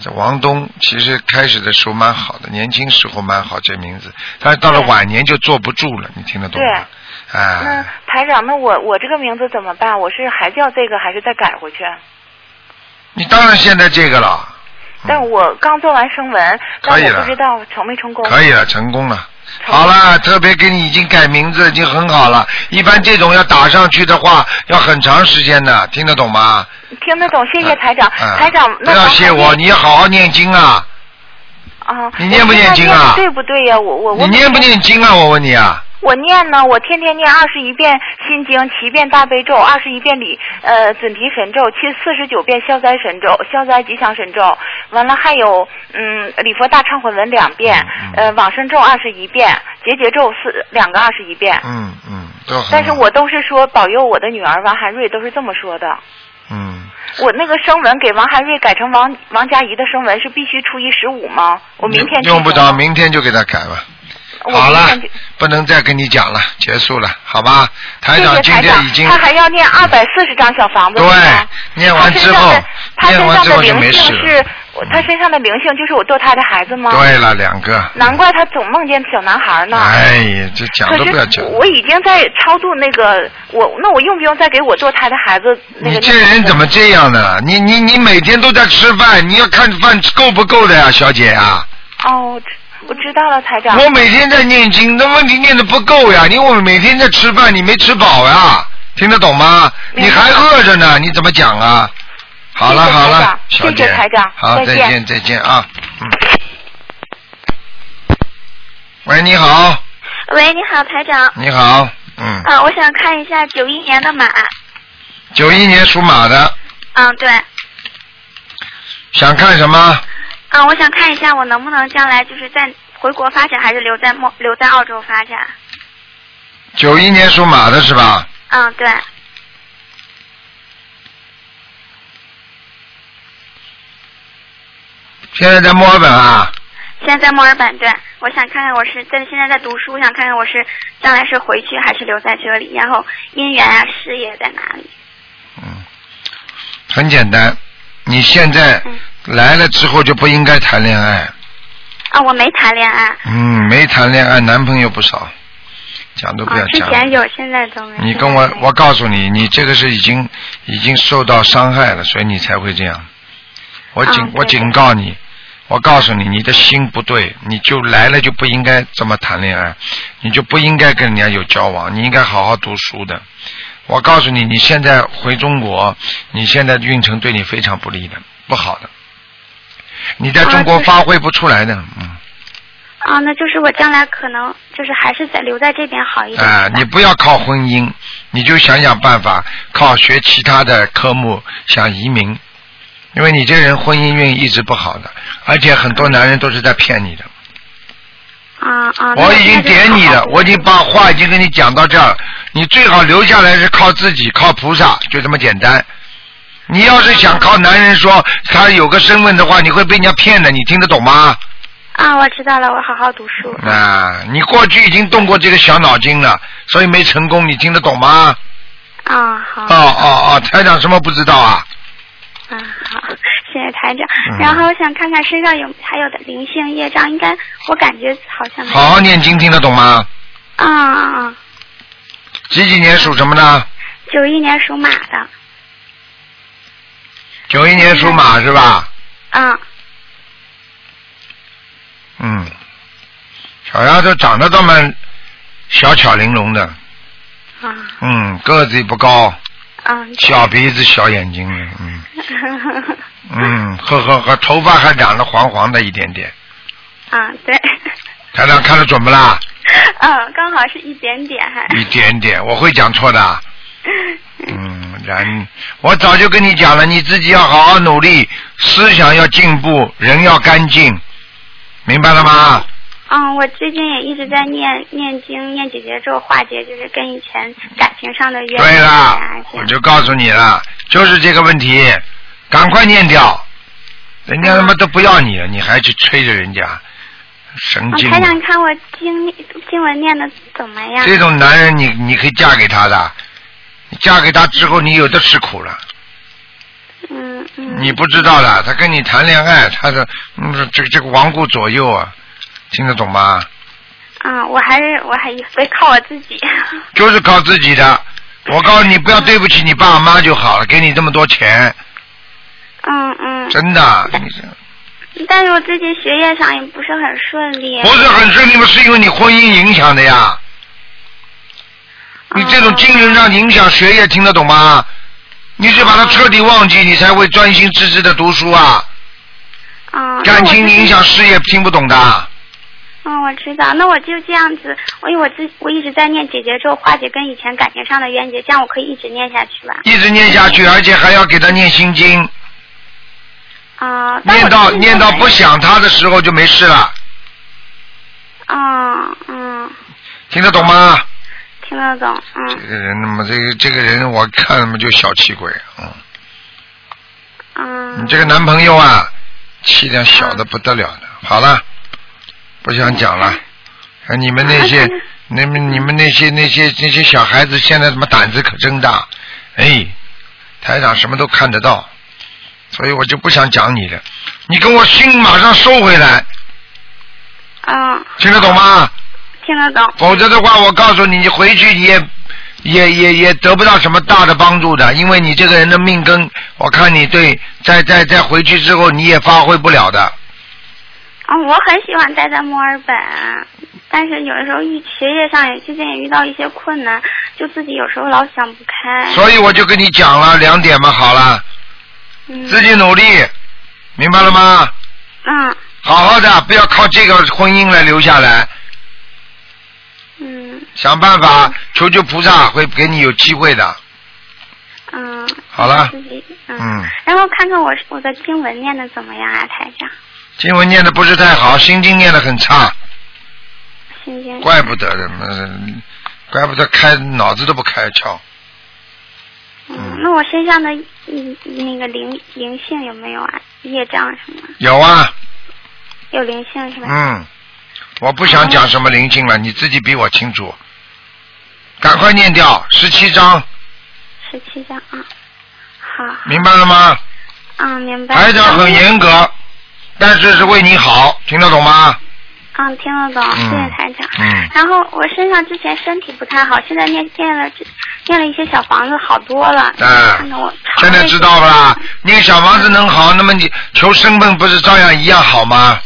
[SPEAKER 1] 这王东其实开始的时候蛮好的，年轻时候蛮好这名字，但是到了
[SPEAKER 5] 对
[SPEAKER 1] 晚年就坐不住了，你听得懂吗？
[SPEAKER 5] 那
[SPEAKER 1] 啊，
[SPEAKER 5] 台长，那我我这个名字怎么办？我是还叫这个，还是再改回去？啊
[SPEAKER 1] 你当然现在这个了，嗯
[SPEAKER 5] 但我刚做完声纹，但
[SPEAKER 1] 可以
[SPEAKER 5] 我
[SPEAKER 1] 了
[SPEAKER 5] 不知道成没成功。
[SPEAKER 1] 嗯可以了，成功了。
[SPEAKER 5] 成功
[SPEAKER 1] 好了，特别给你已经改名字，已经很好了。一般这种要打上去的话，要很长时间的，听得懂吗？
[SPEAKER 5] 听得懂，谢谢台长。
[SPEAKER 1] 啊
[SPEAKER 5] 台长，
[SPEAKER 1] 不
[SPEAKER 5] 那
[SPEAKER 1] 要
[SPEAKER 5] 王
[SPEAKER 1] 谢
[SPEAKER 5] 涵
[SPEAKER 1] 我，
[SPEAKER 5] 瑞
[SPEAKER 1] 你要好好念经啊！
[SPEAKER 5] 啊，
[SPEAKER 1] 你念不
[SPEAKER 5] 我
[SPEAKER 1] 念经啊
[SPEAKER 5] 我念得对不对呀、我我
[SPEAKER 1] 你
[SPEAKER 5] 我
[SPEAKER 1] 念不？念经啊？我问你啊，
[SPEAKER 5] 我念呢，我天天念二十一遍心经，七遍大悲咒，二十一遍礼呃准提神咒，七四十九遍消灾神咒，消灾吉祥神咒。完了还有嗯礼佛大忏悔文两遍，
[SPEAKER 1] 嗯
[SPEAKER 5] 呃往生咒二十一遍，结节咒四两个二十一遍。
[SPEAKER 1] 嗯嗯，都很好。
[SPEAKER 5] 但是我都是说保佑我的女儿王涵瑞，都是这么说的。
[SPEAKER 1] 嗯，
[SPEAKER 5] 我那个声纹给王涵瑞改成王王佳怡的声纹是必须初一十五吗？我明天
[SPEAKER 1] 用不
[SPEAKER 5] 去吗
[SPEAKER 1] 着，明天就给他改吧。
[SPEAKER 5] 我
[SPEAKER 1] 好了
[SPEAKER 5] 明天去。，
[SPEAKER 1] 不能再跟你讲了，结束了，好吧？台
[SPEAKER 5] 谢
[SPEAKER 1] 长
[SPEAKER 5] 谢
[SPEAKER 1] 今
[SPEAKER 5] 台
[SPEAKER 1] 天已经
[SPEAKER 5] 他还要念二百四十张小房子。
[SPEAKER 1] 对
[SPEAKER 5] 是吧
[SPEAKER 1] 念完之后
[SPEAKER 5] 他身
[SPEAKER 1] 念
[SPEAKER 5] 上的
[SPEAKER 1] 完之
[SPEAKER 5] 他
[SPEAKER 1] 后
[SPEAKER 5] 身
[SPEAKER 1] 就
[SPEAKER 5] 上的
[SPEAKER 1] 没
[SPEAKER 5] 灵
[SPEAKER 1] 事
[SPEAKER 5] 性
[SPEAKER 1] 了
[SPEAKER 5] 是，他身上的灵性就是我堕胎的孩子吗？。
[SPEAKER 1] 对了，两个。
[SPEAKER 5] 难怪他总梦见小男孩呢。
[SPEAKER 1] 哎呀，这讲
[SPEAKER 5] 可
[SPEAKER 1] 都
[SPEAKER 5] 是
[SPEAKER 1] 不要讲。
[SPEAKER 5] 我已经在超度那个我，那我用不用再给我堕胎的孩子那
[SPEAKER 1] 你
[SPEAKER 5] 个？
[SPEAKER 1] 这人怎么？这样呢？你你你每天都在吃饭，你要看饭够不够的呀，小姐啊！
[SPEAKER 5] 哦，我知我知道了，台长。
[SPEAKER 1] 我每天在念经，那问题念的不够呀。你我每天在吃饭，你没吃饱呀，听得懂吗？
[SPEAKER 5] 明
[SPEAKER 1] 你
[SPEAKER 5] 白
[SPEAKER 1] 还饿着呢，你怎么讲啊？好了
[SPEAKER 5] 谢谢
[SPEAKER 1] 好
[SPEAKER 5] 台
[SPEAKER 1] 了
[SPEAKER 5] 长，
[SPEAKER 1] 小
[SPEAKER 5] 谢
[SPEAKER 1] 姐，
[SPEAKER 5] 谢台长
[SPEAKER 1] 好，
[SPEAKER 5] 再
[SPEAKER 1] 再
[SPEAKER 5] 见
[SPEAKER 1] 见再见啊。嗯。喂，你好，
[SPEAKER 6] 喂，你好，台长。
[SPEAKER 1] 你好，嗯，
[SPEAKER 6] 啊，我想看一下九一年的马。
[SPEAKER 1] 九一年属马的，
[SPEAKER 6] 嗯，对。
[SPEAKER 1] 想看什么？
[SPEAKER 6] 啊，我想看一下我能不能将来就是在回国发展，还是留在墨留在澳洲发展。
[SPEAKER 1] 九一年属马的是吧？
[SPEAKER 6] 嗯，对。
[SPEAKER 1] 现在在墨尔本啊，
[SPEAKER 6] 现在在墨尔本，对，我想看看我是在现在在读书，想看看我是将来是回去还是留在这里，然后姻缘啊事业在哪里？
[SPEAKER 1] 嗯，很简单，你现在
[SPEAKER 6] 嗯
[SPEAKER 1] 来了之后就不应该谈恋爱，
[SPEAKER 6] 啊，我没谈恋爱，
[SPEAKER 1] 嗯，没谈恋爱，男朋友不少，讲都不
[SPEAKER 6] 啊
[SPEAKER 1] 要，
[SPEAKER 6] 之
[SPEAKER 1] 讲。
[SPEAKER 6] 前有，现在都没。
[SPEAKER 1] 你跟我，我告诉你，你这个是已经已经受到伤害了，所以你才会这样。我警、
[SPEAKER 6] 啊
[SPEAKER 1] 我
[SPEAKER 6] 对
[SPEAKER 1] 警告你，我告诉你，你的心不对，你就来了就不应该这么谈恋爱，你就不应该跟人家有交往，你应该好好读书的。我告诉你，你现在回中国，你现在运程对你非常不利的，不好的。你在中国发挥不出来的，嗯。
[SPEAKER 6] 啊，那就是我将来可能就是还是在留在这边好一点。
[SPEAKER 1] 啊，你不要靠婚姻，你就想想办法，靠学其他的科目，想移民，因为你这人婚姻运一直不好的，而且很多男人都是在骗你的。
[SPEAKER 6] 啊啊！那
[SPEAKER 1] 我已经点你
[SPEAKER 6] 那就好
[SPEAKER 1] 了，我已经把话已经跟你讲到这儿了，你最好留下来是靠自己，靠菩萨，就这么简单。你要是想靠男人说他有个身份的话，你会被人家骗的，你听得懂吗？
[SPEAKER 6] 啊，我知道了，我好好读书。
[SPEAKER 1] 啊，你过去已经动过这个小脑筋了，所以没成功，你听得懂吗？
[SPEAKER 6] 啊，好。
[SPEAKER 1] 哦哦哦，台长什么不知道啊？
[SPEAKER 6] 啊，好，谢谢台长。
[SPEAKER 1] 嗯
[SPEAKER 6] 然后我想看看身上有还有的灵性业障，应该我感觉好像没有
[SPEAKER 1] 好好念经，听得懂吗？
[SPEAKER 6] 啊啊啊！
[SPEAKER 1] 几几年属什么呢？
[SPEAKER 6] 九一年属马的，
[SPEAKER 1] 九一年属马是吧？
[SPEAKER 6] 啊
[SPEAKER 1] 嗯，小丫头长得这么小巧玲珑的，
[SPEAKER 6] 啊
[SPEAKER 1] 嗯，个子也不高，
[SPEAKER 6] 啊！
[SPEAKER 1] 小鼻子小眼睛的，嗯
[SPEAKER 6] 嗯
[SPEAKER 1] 嗯，呵呵呵，头发还染了黄黄的一点点。
[SPEAKER 6] 啊，对，
[SPEAKER 1] 台长看得准不啦？
[SPEAKER 6] 啊，刚好是一点点还。
[SPEAKER 1] 一点点，我会讲错的啊。嗯，然我早就跟你讲了，你自己要好好努力，思想要进步，人要干净，明白了吗？
[SPEAKER 6] 嗯，我最近也一直在念念经、念姐姐咒，化解就是跟以前感情上的原因
[SPEAKER 1] 对啦
[SPEAKER 6] 啊，这
[SPEAKER 1] 我
[SPEAKER 6] 样
[SPEAKER 1] 就告诉你了，就是这个问题，赶快念掉，人家他妈都不要你了，你还去催着人家，神
[SPEAKER 6] 嗯，
[SPEAKER 1] 经！
[SPEAKER 6] 台长，你看我经经文念的怎么样？啊
[SPEAKER 1] 这种男人你你可以嫁给他的，你嫁给他之后你有的吃苦了。
[SPEAKER 6] 嗯嗯。
[SPEAKER 1] 你不知道的，他跟你谈恋爱，他的嗯，这个这个亡顾左右啊，听得懂吗？
[SPEAKER 6] 啊，我还是我还得靠我自己。
[SPEAKER 1] 就是靠自己的。我告诉你，不要对不起你爸妈就好了，给你这么多钱，
[SPEAKER 6] 嗯嗯。
[SPEAKER 1] 真的，你这
[SPEAKER 6] 但是我最近学业上也不是很顺利。
[SPEAKER 1] 不是很顺利吗？是因为你婚姻影响的呀。你这种精神上影响学业，听得懂吗？你是把它彻底忘记，你才会专心致志的读书啊。
[SPEAKER 6] 啊。
[SPEAKER 1] 感情影响
[SPEAKER 6] 那我
[SPEAKER 1] 事业，听不懂的。
[SPEAKER 6] 就是。嗯，我知道。那我就这样子，我因为我自我一直在念姐姐咒，化解跟以前感情上的冤结，这样我可以一直念下去吧。
[SPEAKER 1] 一直念下去，而且还要给他念心经，
[SPEAKER 6] 啊、但我
[SPEAKER 1] 念到
[SPEAKER 6] 最近
[SPEAKER 1] 念到
[SPEAKER 6] 没
[SPEAKER 1] 不想他的时候就没事了，
[SPEAKER 6] 啊嗯，
[SPEAKER 1] 听得懂吗？
[SPEAKER 6] 听得懂嗯
[SPEAKER 1] 这个人，那么这个这个人，我看他妈就小气鬼，嗯，
[SPEAKER 6] 嗯。
[SPEAKER 1] 你这个男朋友啊，气量小的不得了的。好了，不想讲了。啊你们那些，你们你们那些那些那些小孩子，现在他妈胆子可真大，哎，台长什么都看得到，所以我就不想讲你了。你跟我心马上收回来，
[SPEAKER 6] 嗯，
[SPEAKER 1] 听得懂吗？
[SPEAKER 6] 听得懂。
[SPEAKER 1] 否则的话，我告诉你，你回去你也也也也得不到什么大的帮助的，因为你这个人的命根，我看你对在在在回去之后你也发挥不了的。
[SPEAKER 6] 嗯，我很喜欢待在墨尔本，但是有的时候遇学业上也最近也遇到一些困难，就自己有时候老想不开。
[SPEAKER 1] 所以我就跟你讲了两点嘛，好了，
[SPEAKER 6] 嗯
[SPEAKER 1] 自己努力，明白了吗？
[SPEAKER 6] 嗯
[SPEAKER 1] 好好的，不要靠这个婚姻来留下来，
[SPEAKER 6] 嗯
[SPEAKER 1] 想办法求求菩萨，会给你有机会的。
[SPEAKER 6] 嗯。
[SPEAKER 1] 好了
[SPEAKER 6] 自己嗯。
[SPEAKER 1] 嗯，
[SPEAKER 6] 然后看看我是我的经文念的怎么样啊，台长？
[SPEAKER 1] 经文念的不是太好，心经念的很差，
[SPEAKER 6] 心经。
[SPEAKER 1] 怪不得的，嗯怪不得开脑子都不开窍。
[SPEAKER 6] 嗯，那我身上的嗯那个灵灵性有没有啊？业障什么？
[SPEAKER 1] 有啊，
[SPEAKER 6] 有灵性是吧？
[SPEAKER 1] 嗯，我不想讲什么灵性了，你自己比我清楚。赶快念掉十七章，
[SPEAKER 6] 十七张啊。好，
[SPEAKER 1] 明白了吗？
[SPEAKER 6] 嗯，明白。
[SPEAKER 1] 台长很严格，但是是为你好，听得懂吗？
[SPEAKER 6] 嗯。嗯，听得懂，谢谢台长。
[SPEAKER 1] 嗯
[SPEAKER 6] 然后我身上之前身体不太好，现在念念了念了一些小房子，好多了。
[SPEAKER 1] 嗯
[SPEAKER 6] 看着我肠
[SPEAKER 1] 现在
[SPEAKER 6] 胃
[SPEAKER 1] 知道吧？念小房子能好，那么你求身份不是照样一样好吗？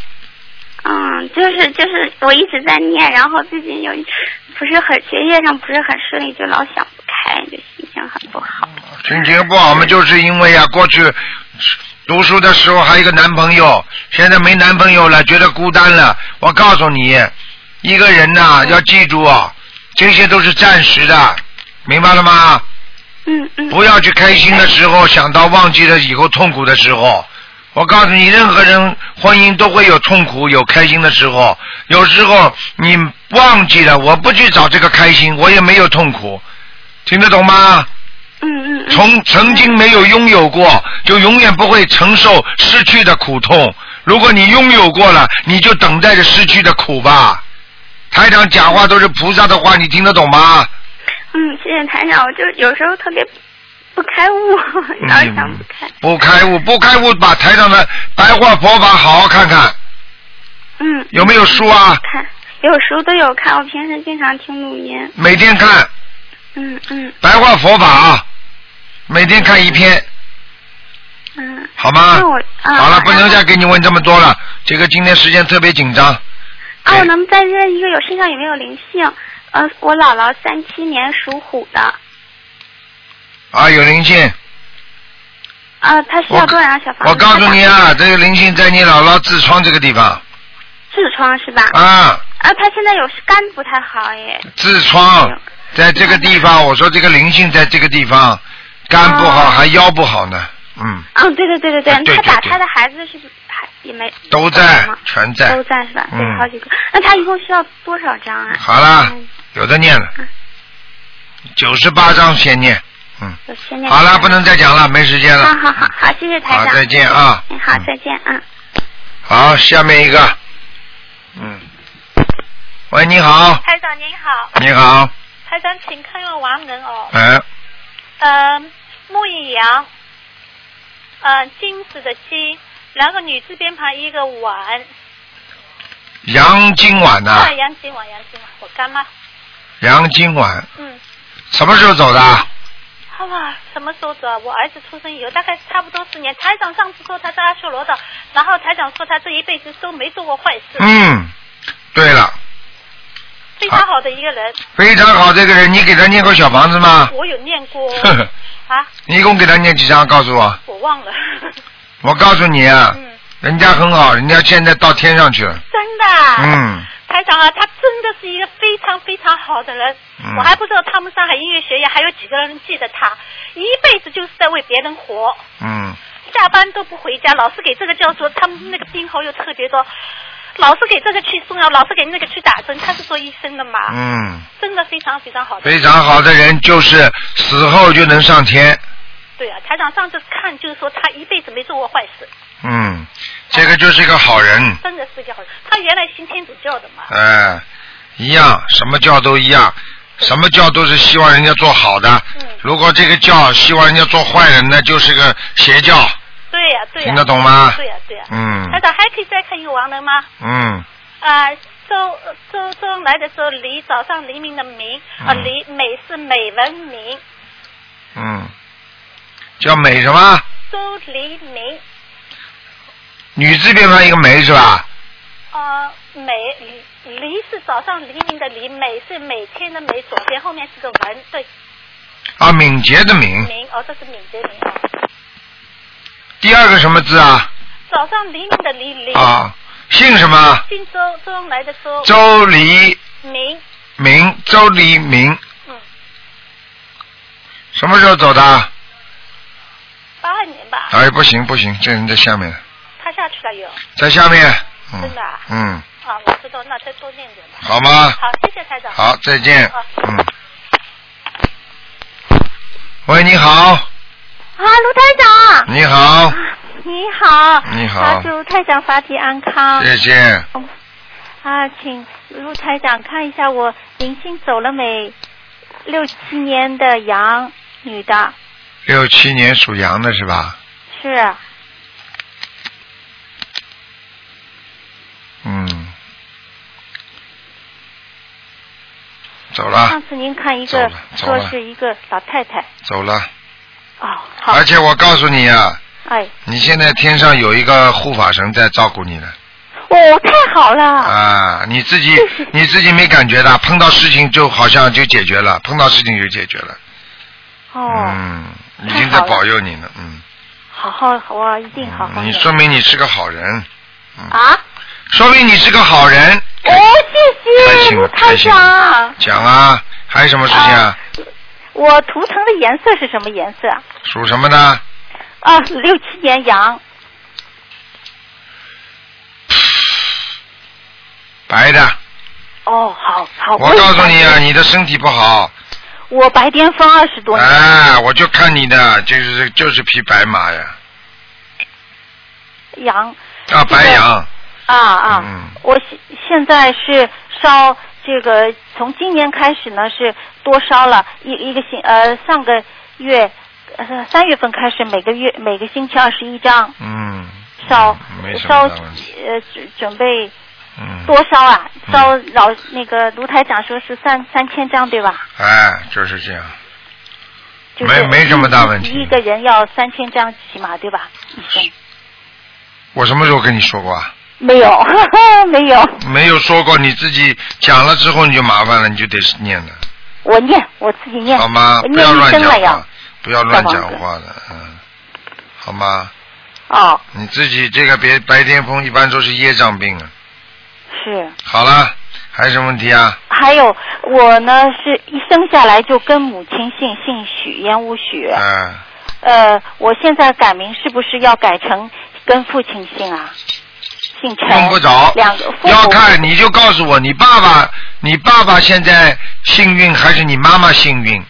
[SPEAKER 6] 嗯，就是就是我一直在念，然后最近有一不是很学业上不是很顺利，就老想不开，就心情很不好。
[SPEAKER 1] 心情不好嘛，就是因为啊，过去读书的时候还有一个男朋友，现在没男朋友了，觉得孤单了。我告诉你，一个人呐、要记住啊，这些都是暂时的，明白了吗？
[SPEAKER 6] 嗯嗯。
[SPEAKER 1] 不要去开心的时候想到忘记了以后痛苦的时候。我告诉你，任何人婚姻都会有痛苦，有开心的时候。有时候你忘记了，我不去找这个开心，我也没有痛苦，听得懂吗？
[SPEAKER 6] 嗯嗯嗯。
[SPEAKER 1] 从曾经没有拥有过，就永远不会承受失去的苦痛。如果你拥有过了，你就等待着失去的苦吧。台长讲话都是菩萨的话，你听得懂吗？
[SPEAKER 6] 嗯，谢谢台长，我就是有时候特别不开悟，老是想不开。
[SPEAKER 1] 嗯不开悟，不开悟，把台长的白话佛法好好看看，
[SPEAKER 6] 嗯，
[SPEAKER 1] 有没有书啊？
[SPEAKER 6] 看有时候都有看，我平时经常听录音。
[SPEAKER 1] 每天看
[SPEAKER 6] 嗯嗯
[SPEAKER 1] 白话佛法啊，每天看一篇，
[SPEAKER 6] 嗯。
[SPEAKER 1] 好吗
[SPEAKER 6] 那？我啊，
[SPEAKER 1] 好了，不能
[SPEAKER 6] 然后
[SPEAKER 1] 再给你问这么多了。这个今天时间特别紧张，哎
[SPEAKER 6] 啊，我能再认一个有身上有没有灵性？呃，我姥姥三七年属虎的，
[SPEAKER 1] 啊，有灵性。
[SPEAKER 6] 啊，她需要多少张小房子？
[SPEAKER 1] 我告诉你啊，这个灵性在你姥姥痔疮这个地方
[SPEAKER 6] 痔疮是吧？
[SPEAKER 1] 啊，
[SPEAKER 6] 啊，她现在有肝不太好哎。
[SPEAKER 1] 痔疮在这个地方。我说这个灵性在这个地方，肝不好
[SPEAKER 6] 哦
[SPEAKER 1] 还腰不好呢，嗯，
[SPEAKER 6] 嗯，对对对对
[SPEAKER 1] 啊对
[SPEAKER 6] 她
[SPEAKER 1] 对
[SPEAKER 6] 打
[SPEAKER 1] 对
[SPEAKER 6] 胎的孩子是不还也没
[SPEAKER 1] 都在
[SPEAKER 6] 吗，
[SPEAKER 1] 全
[SPEAKER 6] 都
[SPEAKER 1] 在。
[SPEAKER 6] 在是吧？
[SPEAKER 1] 嗯
[SPEAKER 6] 对，好几个。那她一共需要多少张啊？
[SPEAKER 1] 好啦
[SPEAKER 6] 嗯，
[SPEAKER 1] 有的念了，九十八章先念。
[SPEAKER 6] 有先念
[SPEAKER 1] 好
[SPEAKER 6] 一
[SPEAKER 1] 了，
[SPEAKER 6] 下
[SPEAKER 1] 不能再讲了，没时间
[SPEAKER 6] 好
[SPEAKER 1] 了。嗯
[SPEAKER 6] 好好好，谢谢台
[SPEAKER 1] 好
[SPEAKER 6] 长。，
[SPEAKER 1] 再见啊。
[SPEAKER 6] 嗯。好，再见啊。
[SPEAKER 1] 好，下面一个，嗯，喂，你好，
[SPEAKER 7] 台长您好，
[SPEAKER 1] 你好，
[SPEAKER 7] 台长请看一位亡人哦，
[SPEAKER 1] 哎，
[SPEAKER 7] 嗯、木易阳，呃，金子的金，然后女字边旁一个晚，
[SPEAKER 1] 杨金晚呐、
[SPEAKER 7] 啊，杨金晚，杨金晚，我干妈，
[SPEAKER 1] 杨金晚
[SPEAKER 7] 嗯，
[SPEAKER 1] 什么时候走的？
[SPEAKER 7] 好吧，什么时候走啊？我儿子出生以后，大概差不多四年。台长上次说他在阿修罗道，然后台长说他这一辈子都没做过坏事，
[SPEAKER 1] 嗯，对了，
[SPEAKER 7] 非常好的一个人，
[SPEAKER 1] 非常好，这个人你给他念过小房子吗？
[SPEAKER 7] 我有念 过
[SPEAKER 1] 呵呵，
[SPEAKER 7] 啊，
[SPEAKER 1] 你一共给他念几张？告诉我，
[SPEAKER 7] 我忘了，
[SPEAKER 1] 我告诉你啊，
[SPEAKER 7] 嗯，
[SPEAKER 1] 人家很好，人家现在到天上去了。
[SPEAKER 7] 真的，。
[SPEAKER 1] 嗯，
[SPEAKER 7] 台长啊，他真的是一个非常非常好的人。
[SPEAKER 1] 嗯
[SPEAKER 7] 我还不知道他们上海音乐学院还有几个人记得他，一辈子就是在为别人活，
[SPEAKER 1] 嗯，
[SPEAKER 7] 下班都不回家，老是给这个教授，他们那个病号又特别多，老是给这个去送药，老是给那个去打针。他是做医生的嘛，
[SPEAKER 1] 嗯，
[SPEAKER 7] 真的非常非常好的。
[SPEAKER 1] 非常好的人就是死后就能上天。
[SPEAKER 7] 对啊，台长上次看就是说他一辈子没做过坏事，
[SPEAKER 1] 嗯，这个就是一个好人。
[SPEAKER 7] 真的是一个好人。他原来信天主教的嘛，
[SPEAKER 1] 哎，一样，什么教都一样，什么教都是希望人家做好的。如果这个教希望人家做坏人，那就是个邪教。
[SPEAKER 7] 对呀、对呀、
[SPEAKER 1] 听得懂吗
[SPEAKER 7] 对呀、对呀、
[SPEAKER 1] 嗯
[SPEAKER 7] 台长还可以再看一个亡人吗？
[SPEAKER 1] 嗯，
[SPEAKER 7] 啊、周周周恩来的周，黎早上黎明的明，啊、
[SPEAKER 1] 嗯
[SPEAKER 7] 黎美是美文明，
[SPEAKER 1] 嗯，叫美什么？
[SPEAKER 7] 周黎明，
[SPEAKER 1] 女字边旁一个梅是吧？
[SPEAKER 7] 啊、美黎黎是早上黎明的黎，美是每天的美，左边后面是个文，对，
[SPEAKER 1] 啊，敏捷的敏。
[SPEAKER 7] 明哦，这是敏捷明哦。
[SPEAKER 1] 第二个什么字啊？
[SPEAKER 7] 早上黎明的黎黎，
[SPEAKER 1] 啊，姓什么？
[SPEAKER 7] 姓周，周恩来的周，
[SPEAKER 1] 周黎
[SPEAKER 7] 明，
[SPEAKER 1] 明，周黎明。
[SPEAKER 7] 嗯。
[SPEAKER 1] 什么时候走的？
[SPEAKER 7] 八二年吧，
[SPEAKER 1] 哎，不行不行，这人在下面，
[SPEAKER 7] 他下去了有，
[SPEAKER 1] 在下面。嗯
[SPEAKER 7] 真的啊
[SPEAKER 1] 嗯，
[SPEAKER 7] 啊，我知道，那再多念点吧。
[SPEAKER 1] 好吗？
[SPEAKER 7] 好，谢谢台长。啊
[SPEAKER 1] 好，再见
[SPEAKER 7] 好。
[SPEAKER 1] 嗯。喂，你好，
[SPEAKER 7] 啊，卢台长，
[SPEAKER 1] 你好，
[SPEAKER 7] 你好，
[SPEAKER 1] 你好
[SPEAKER 7] 啊祝台长法体安康。
[SPEAKER 1] 谢谢。
[SPEAKER 7] 啊，请陆台长看一下我灵性走了没？六七年的羊，女的，
[SPEAKER 1] 啊六七年属羊的是吧？
[SPEAKER 7] 是
[SPEAKER 1] 嗯，走了
[SPEAKER 7] 上，次您看一
[SPEAKER 1] 走
[SPEAKER 7] 个
[SPEAKER 1] 了走
[SPEAKER 7] 说
[SPEAKER 1] 了
[SPEAKER 7] 是一个老太太，
[SPEAKER 1] 走了。
[SPEAKER 7] 哦，好，
[SPEAKER 1] 而且我告诉你啊，
[SPEAKER 7] 哎，
[SPEAKER 1] 你现在天上有一个护法神在照顾你呢。
[SPEAKER 7] 哦，太好了，
[SPEAKER 1] 啊，你自己你自己没感觉的，碰到事情就好像就解决了，碰到事情就解决了，
[SPEAKER 7] 哦，
[SPEAKER 1] 嗯，已
[SPEAKER 7] 太
[SPEAKER 1] 经在
[SPEAKER 7] 好了
[SPEAKER 1] 保佑你了，嗯，
[SPEAKER 7] 好好，我一定好好
[SPEAKER 1] 你
[SPEAKER 7] 的
[SPEAKER 1] 说明你是个好人，嗯
[SPEAKER 7] 啊，
[SPEAKER 1] 说明你是个好人，
[SPEAKER 7] 哦，
[SPEAKER 1] 开
[SPEAKER 7] 谢谢
[SPEAKER 1] 心了
[SPEAKER 7] 卢台
[SPEAKER 1] 开心
[SPEAKER 7] 长，
[SPEAKER 1] 讲啊，还有什么事情啊？
[SPEAKER 7] 我图腾的颜色是什么颜色啊？
[SPEAKER 1] 属什么呢？
[SPEAKER 7] 啊，六七年羊，
[SPEAKER 1] 白的，
[SPEAKER 7] 哦，好好，
[SPEAKER 1] 我告诉你啊，
[SPEAKER 7] 也白
[SPEAKER 1] 你的身体不好，
[SPEAKER 7] 我白癜风二十多年，
[SPEAKER 1] 哎，我就看你的，就是就是匹白马呀，
[SPEAKER 7] 羊
[SPEAKER 1] 啊，白羊，
[SPEAKER 7] 啊啊，
[SPEAKER 1] 嗯
[SPEAKER 7] 我现现在是烧这个，从今年开始呢是多烧了一一个星呃上个月呃三月份开始每个月每个星期二十一张
[SPEAKER 1] 嗯，
[SPEAKER 7] 烧、
[SPEAKER 1] 没什
[SPEAKER 7] 烧
[SPEAKER 1] 么大问题，
[SPEAKER 7] 呃准准备
[SPEAKER 1] 嗯，
[SPEAKER 7] 多烧啊，
[SPEAKER 1] 嗯
[SPEAKER 7] 烧老那个卢台长说是三三千张对吧？
[SPEAKER 1] 哎，就是这样，
[SPEAKER 7] 就是
[SPEAKER 1] 没没什么大问题
[SPEAKER 7] 一个人要三千张起码对吧？医生
[SPEAKER 1] 我什么时候跟你说过啊？
[SPEAKER 7] 没有 没有，
[SPEAKER 1] 没有说过，你自己讲了之后你就麻烦了，你就得念了，
[SPEAKER 7] 我念我自己念，
[SPEAKER 1] 好吗？
[SPEAKER 7] 我
[SPEAKER 1] 不
[SPEAKER 7] 念
[SPEAKER 1] 要
[SPEAKER 7] 医
[SPEAKER 1] 乱
[SPEAKER 7] 生
[SPEAKER 1] 讲
[SPEAKER 7] 了要
[SPEAKER 1] 话。，不要乱讲话的，嗯，好吗？
[SPEAKER 7] 哦，
[SPEAKER 1] 你自己这个别白癜风一般都是业障病啊。
[SPEAKER 7] 是。
[SPEAKER 1] 好了，还有什么问题啊？
[SPEAKER 7] 还有我呢，是一生下来就跟母亲姓，姓许，言无许。
[SPEAKER 1] 嗯，
[SPEAKER 7] 呃，我现在改名是不是要改成跟父亲姓啊？姓陈。
[SPEAKER 1] 用不着
[SPEAKER 7] 哎两个父母。
[SPEAKER 1] 要看你就告诉我，你爸爸，你爸爸现在幸运还是你妈妈幸运？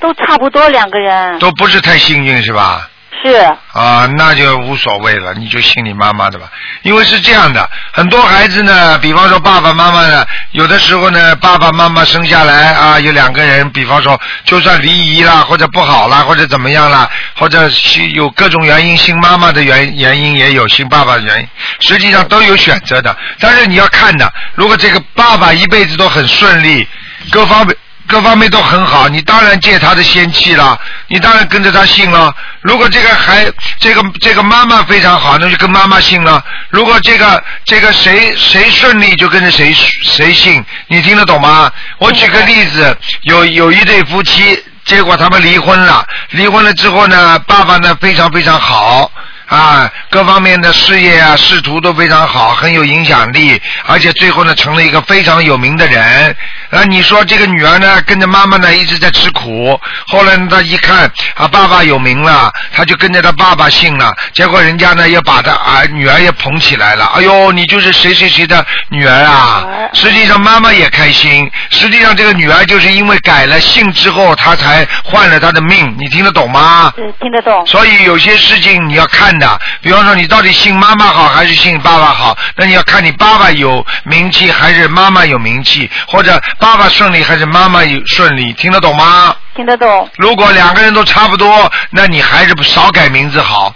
[SPEAKER 7] 都差不多两个人。
[SPEAKER 1] 都不是太幸运是吧？
[SPEAKER 7] 是呃
[SPEAKER 1] 啊，那就无所谓了，你就信你妈妈的吧。因为是这样的，很多孩子呢，比方说爸爸妈妈呢，有的时候呢，爸爸妈妈生下来啊，有两个人，比方说就算离异啦，或者不好啦，或者怎么样啦，或者是有各种原因，信妈妈的原原因也有，信爸爸的原因，实际上都有选择的。但是你要看的，如果这个爸爸一辈子都很顺利，各方面。各方面都很好，你当然借他的仙气了，你当然跟着他姓了。如果这个孩，这个这个妈妈非常好，那就跟妈妈姓了。如果这个这个谁谁顺利，就跟着谁谁姓，你听得懂吗？我举个例子，有有一对夫妻，结果他们离婚了，离婚了之后呢，爸爸呢非常非常好。啊，各方面的事业啊、仕途都非常好，很有影响力，而且最后呢，成了一个非常有名的人。啊，你说这个女儿呢，跟着妈妈呢一直在吃苦，后来呢，她一看啊，爸爸有名了，她就跟着她爸爸姓了，结果人家呢也把她啊女儿也捧起来了。哎呦，你就是谁谁谁的女儿啊！实际上妈妈也开心，实际上这个女儿就是因为改了姓之后，她才换了她的命，你听得懂吗？
[SPEAKER 7] 是听得懂。
[SPEAKER 1] 所以有些事情你要看的，比方说你到底信妈妈好还是信爸爸好，那你要看你爸爸有名气还是妈妈有名气，或者爸爸顺利还是妈妈有顺利，听得懂吗？
[SPEAKER 7] 听得懂，
[SPEAKER 1] 如果两个人都差不多，那你还是少改名字好，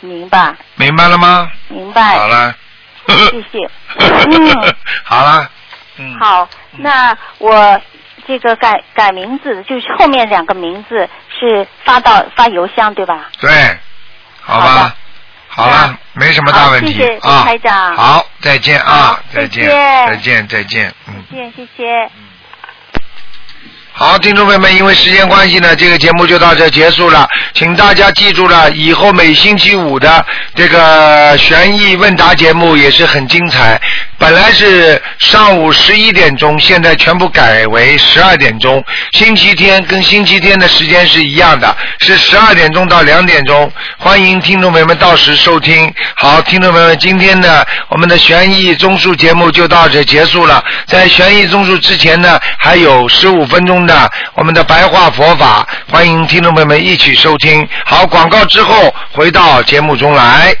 [SPEAKER 7] 明白，
[SPEAKER 1] 明白了吗？
[SPEAKER 7] 明白。
[SPEAKER 1] 好了，
[SPEAKER 7] 谢谢。嗯，
[SPEAKER 1] 好了，嗯，，
[SPEAKER 7] 好，那我这个改改名字，就是后面两个名字是发到发邮箱对吧？
[SPEAKER 1] 对，好
[SPEAKER 7] 好
[SPEAKER 1] 吧
[SPEAKER 7] 的，
[SPEAKER 1] 好了，没什么大问题
[SPEAKER 7] 好谢谢
[SPEAKER 1] 啊
[SPEAKER 7] 卢台。长
[SPEAKER 1] 好，再见啊
[SPEAKER 7] 好，
[SPEAKER 1] 再
[SPEAKER 7] 再
[SPEAKER 1] 见，
[SPEAKER 7] 见
[SPEAKER 1] 再见，再见，嗯。
[SPEAKER 7] 谢谢谢谢。
[SPEAKER 1] 好，听众朋友们，因为时间关系呢，这个节目就到这结束了。请大家记住了，以后每星期五的这个悬疑问答节目也是很精彩。本来是上午十一点钟，现在全部改为十二点钟。星期天跟星期天的时间是一样的，是十二点钟到两点钟。欢迎听众朋友们到时收听。好，听众朋友们，今天呢，我们的悬疑综述节目就到这结束了。在悬疑综述之前呢，还有十五分钟的我们的白话佛法，欢迎听众朋友们一起收听。好，广告之后回到节目中来。